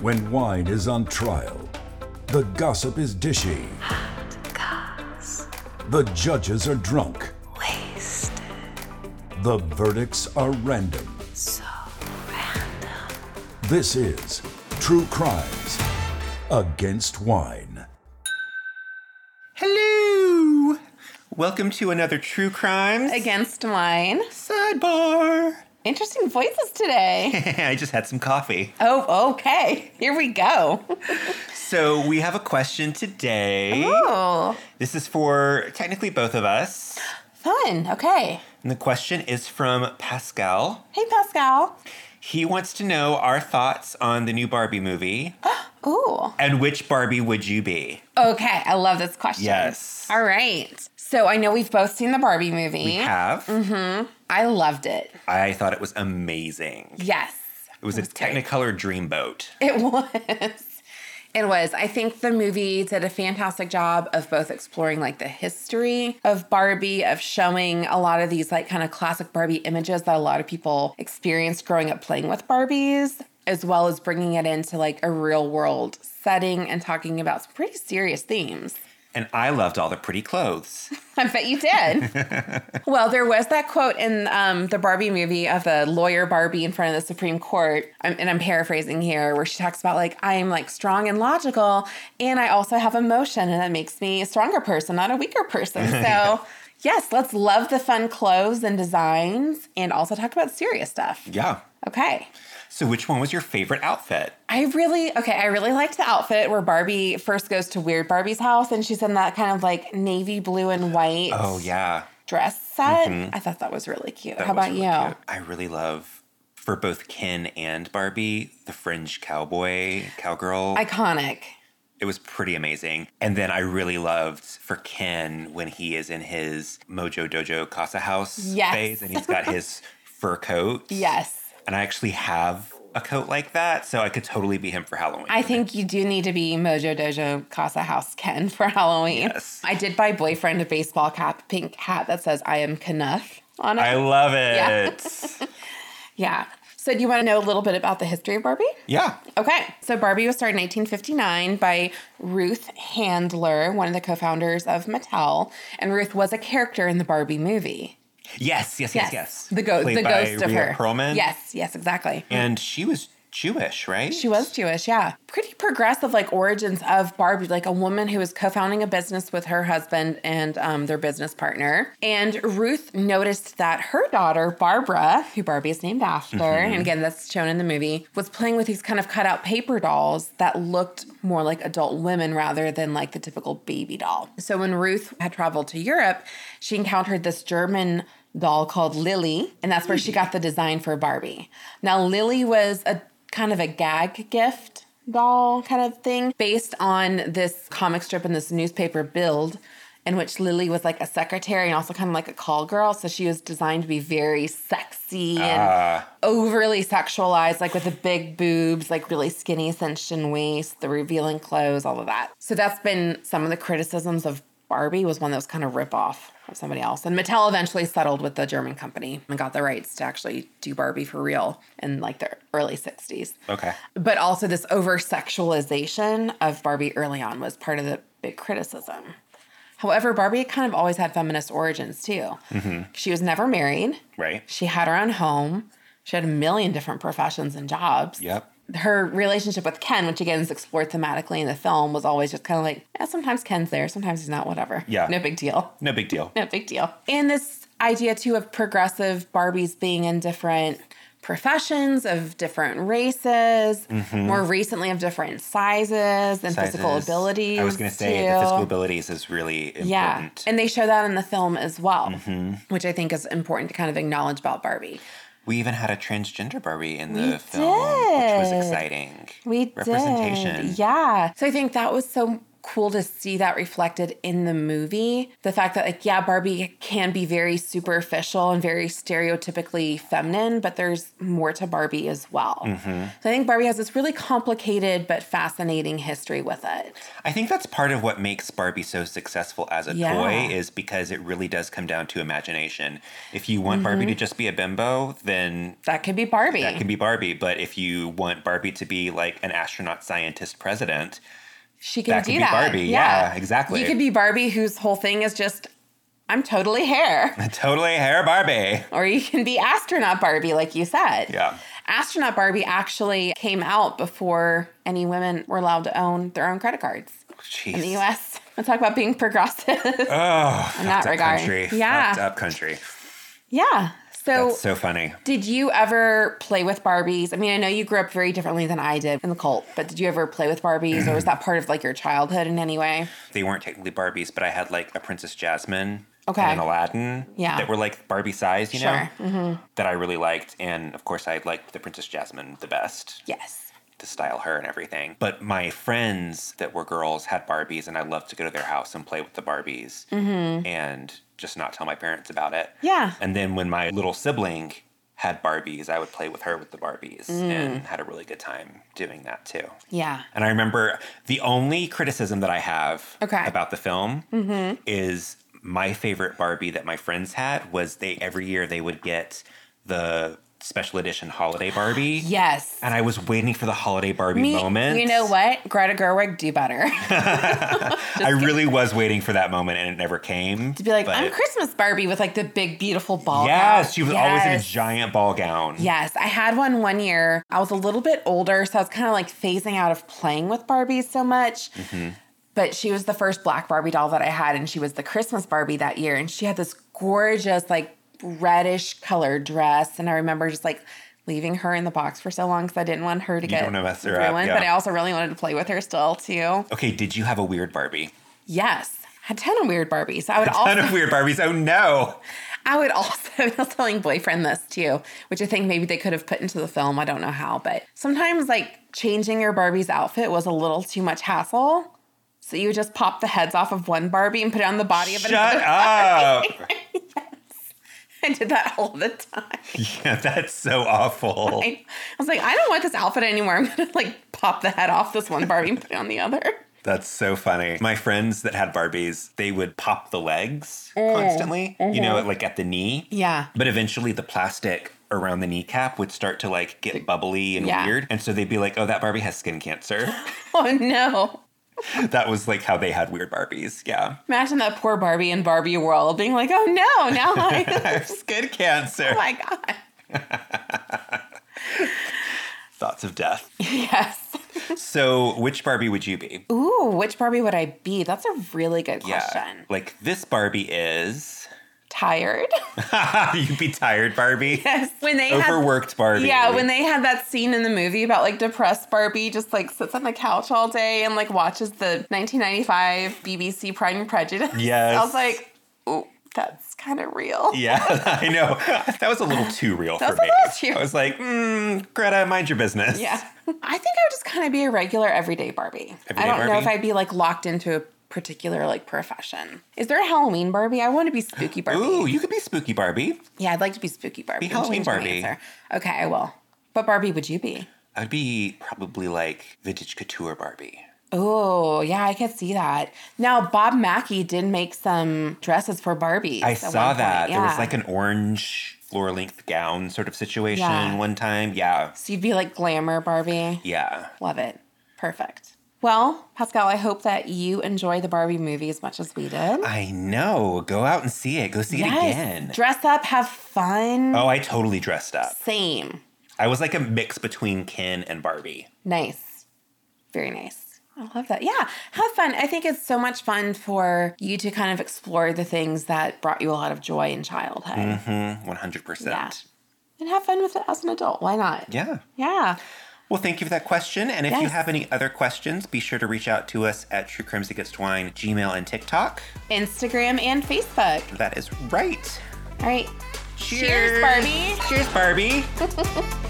when wine is on trial. The gossip is dishy. The judges are drunk. The verdicts are random. This is True Crimes Against Wine. Hello! Welcome to another True Crimes Against wine. sidebar. Interesting voices today. I just had some coffee. oh, okay. Here we go. So we have a question today. Oh, This is for technically both of us. fun. Okay. And the question is from Pascal. Hey, Pascal. He wants to know our thoughts on the new Barbie movie Ooh. and which Barbie would you be? Okay. I love this question. Yes. All right. So I know we've both seen the Barbie Mm-hmm. movie. We have. I loved it. I thought it was amazing. Yes, It was a Technicolor dreamboat. it was. It was. I think the movie did a fantastic job of both exploring like the history of Barbie, of showing a lot of these like kind of classic Barbie images that a lot of people experienced growing up playing with Barbies, as well as bringing it into like a real world setting and talking about some pretty serious themes. And I loved all the pretty clothes. I bet you did. well, there was that quote in um, the Barbie movie of the lawyer Barbie in front of the Supreme Court, um, and I'm paraphrasing here, where she talks about like I am like strong and logical, and I also have emotion, and that makes me a stronger person, not a weaker person. So. Yes, let's love the fun clothes and designs and also talk about serious stuff. Yeah. Okay. So, which one was your favorite outfit? I really okay. I really liked the outfit where Barbie first goes to Weird Barbie's house, and she's in that kind of like navy blue and white. Oh, yeah. dress set. I thought that was really cute. Mm-hmm. That How was about you? really cute. I really love for both Ken and Barbie the fringe cowboy, cowgirl. Iconic. it was pretty amazing. And then I really loved for Ken when he is in his Mojo Dojo Casa House Yes. phase and he's got his fur coat. Yes. And I actually have a coat like that, so I could totally be him for Halloween. I think you do need to be Mojo Dojo Casa House Ken for Halloween. Yes. I did buy boyfriend a baseball cap, pink hat that says I am Knuff on it. I love Yeah. it. yeah. So do you want to know a little bit about the history of Barbie? yeah. Okay. So Barbie was started in 1959 by Ruth Handler, one of the co-founders of Mattel, and Ruth was a character in the Barbie movie. Yes, yes, yes, yes. The, go- Played the by ghost of Rhea her. Perlman. Yes, yes, exactly. And she was Jewish, right? She was Jewish, yeah. Pretty progressive, like origins of Barbie, like a woman who was co-founding a business with her husband and um, their business partner. And Ruth noticed that her daughter Barbara, who Barbie is named after, and again that's shown in the movie, was playing with these kind of cutout paper dolls that looked more like adult women rather than like the typical baby doll. So when Ruth had traveled to Europe, she encountered this German doll called Lily, and that's where she got the design for Barbie. Now Lily was a kind of a gag gift doll kind of thing based on this comic strip and this newspaper build in which Lily was like a secretary and also kind of like a call girl. So she was designed to be very sexy and overly sexualized, like with the big boobs, like really skinny cinched in waist, the revealing clothes, all of that. So that's been some of the criticisms of Barbie was one that was kind of rip off of somebody else. And Mattel eventually settled with the German company and got the rights to actually do Barbie for real in like the early 60s. Okay. But also this over sexualization of Barbie early on was part of the big criticism. However, Barbie kind of always had feminist origins too. She was never married. Right. She had her own home. She had a million different professions and jobs. Yep. Her relationship with Ken, which again is explored thematically in the film, was always just kind of like, eh, sometimes Ken's there, sometimes he's not, whatever. Yeah. No big deal. No big deal. No big deal. And this idea too of progressive Barbies being in different professions, of different races, more recently of different sizes and physical Mm-hmm. Sizes. abilities. I was going to say too. the physical abilities is really important. Mm-hmm. Yeah. And they show that in the film as well, which I think is important to kind of acknowledge about Barbie. we even had a transgender Barbie in the film, which was did. exciting. We did. representation. Yeah. So I think that was so cool to see that reflected in the movie. The fact that, like, yeah, Barbie can be very superficial and very stereotypically feminine, but there's more to Barbie as well. Mm-hmm. So I think Barbie has this really complicated but fascinating history with it. I think that's part of what makes Barbie so successful as a Yeah. toy is because it really does come down to imagination. If you Mm-hmm. want Barbie to just be a bimbo, then That could be Barbie. that can be Barbie. But if you want Barbie to be like an astronaut scientist president, she can that do could be that. Barbie. Yeah, exactly. You could be Barbie, whose whole thing is just, I'm totally hair. totally hair Barbie. or you can be astronaut Barbie, like you said. Yeah. Astronaut Barbie actually came out before any women were allowed to own their own credit cards in the Jeez. US. Let's talk about being progressive. Oh, in that regard. Country. Yeah. Fucked up country. yeah. So, That's so funny. did you ever play with Barbies? I mean, I know you grew up very differently than I did in the cult, but did you ever play with Barbies or was that part of like your childhood in any way? They weren't technically Barbies, but I had like a Princess Jasmine Okay. and an Aladdin Yeah. that were like Barbie sized, you know, Sure. Mm-hmm. that I really liked. And of course, I liked the Princess Jasmine the best Yes. to style her and everything. But my friends that were girls had Barbies, and I loved to go to their house and play with the Barbies and just not tell my parents about it. Mm-hmm. Yeah. And then when my little sibling had Barbies, I would play with her with the Barbies Mm. and had a really good time doing that too. Yeah. And I remember the only criticism that I have Okay. Mm-hmm. about the film is my favorite Barbie that my friends had was they every year they would get the special edition holiday Barbie. Yes. And I was waiting for the holiday Barbie Me- moment. You know what? Greta Gerwig, do better. I really was waiting for that moment and it never came. be like, But I'm Christmas Barbie with like the big beautiful ball. Yes, cap. she was always in a Yes. giant ball gown. Yes, I had one one year. I was a little bit older, so I was kind of like phasing out of playing with Barbies so much. Mm-hmm. But she was the first black Barbie doll that I had, and she was the Christmas Barbie that year. And she had this gorgeous, like reddish colored dress. And I remember just like leaving her in the box for so long because I didn't want her to get don't wanna mess her up, ruined. yeah. But I also really wanted to play with her still too. Okay, did you have a weird Barbie? Yes, I had a ton of weird Barbies. I would also Ton of weird Barbies. Oh no. I would also, I was telling boyfriend this too, which I think maybe they could have put into the film. I don't know how, but sometimes like changing your Barbie's outfit was a little too much hassle. So you would just pop the heads off of one Barbie and put it on the body of Shut another. up. I did that all the time. yeah, that's so awful. I, I was like, I don't want this outfit anymore. I'm going to like pop the head off this one Barbie and put it on the other. That's so funny. My friends that had Barbies, they would pop the legs Eh, constantly, you know, uh-huh. like at the knee. Yeah. But eventually the plastic around the kneecap would start to like get bubbly and Yeah. weird. And so they'd be like, oh, that Barbie has skin cancer. Oh no. that was like how they had weird Barbies. Yeah. Imagine that poor Barbie in Barbie world being like, oh no, now I, Skin cancer. oh my God. Thoughts of death. Yes. so, which Barbie would you be? Ooh, which Barbie would I be? That's a really good question. Like this Barbie is. Tired. You'd be tired, Barbie. Yes. When they had Overworked Barbie. yeah, when they had that scene in the movie about like depressed Barbie just like sits on the couch all day and like watches the 1995 BBC Pride and Prejudice. Yes. I was like, ooh, that's kind of real. Yeah, I know. That was a little too real That for was a me. little too- I was like, mm, Greta, mind your business. Yeah. I think I would just kind of be a regular everyday Barbie. Everyday I don't know Barbie? if I'd be like locked into a particular like profession. Is there a Halloween Barbie? I want to be spooky Barbie. Ooh, you could be spooky Barbie. Yeah, I'd like to be spooky Barbie. Be and Halloween change my Barbie. answer. Okay, I will. But Barbie would you be? I'd be probably like vintage couture Barbie. Oh, yeah, I could see that. Now, Bob Mackey did make some dresses for Barbie. I saw that. There was like an orange floor length gown sort of situation Yeah. one time. Yeah. So you'd be like glamour Barbie. Yeah. Love it. Perfect. Well, Pascal, I hope that you enjoy the Barbie movie as much as we did. I know. Go out and see it. Go see it again. Dress up, have fun. oh, I totally dressed up. Same. I was like a mix between Ken and Barbie. Nice. Very nice. I love that. Yeah. Have fun. I think it's so much fun for you to kind of explore the things that brought you a lot of joy in childhood. Mm-hmm. Mm, 100%. Yeah. And have fun with it as an adult. Why not? yeah. Yeah. Well, thank you for that question. And if you Yes. have any other questions, be sure to reach out to us at True Crimes Against Wine, Gmail, and TikTok. Instagram and Facebook. That is right. All right. Cheers, Cheers, Barbie. Cheers, Barbie.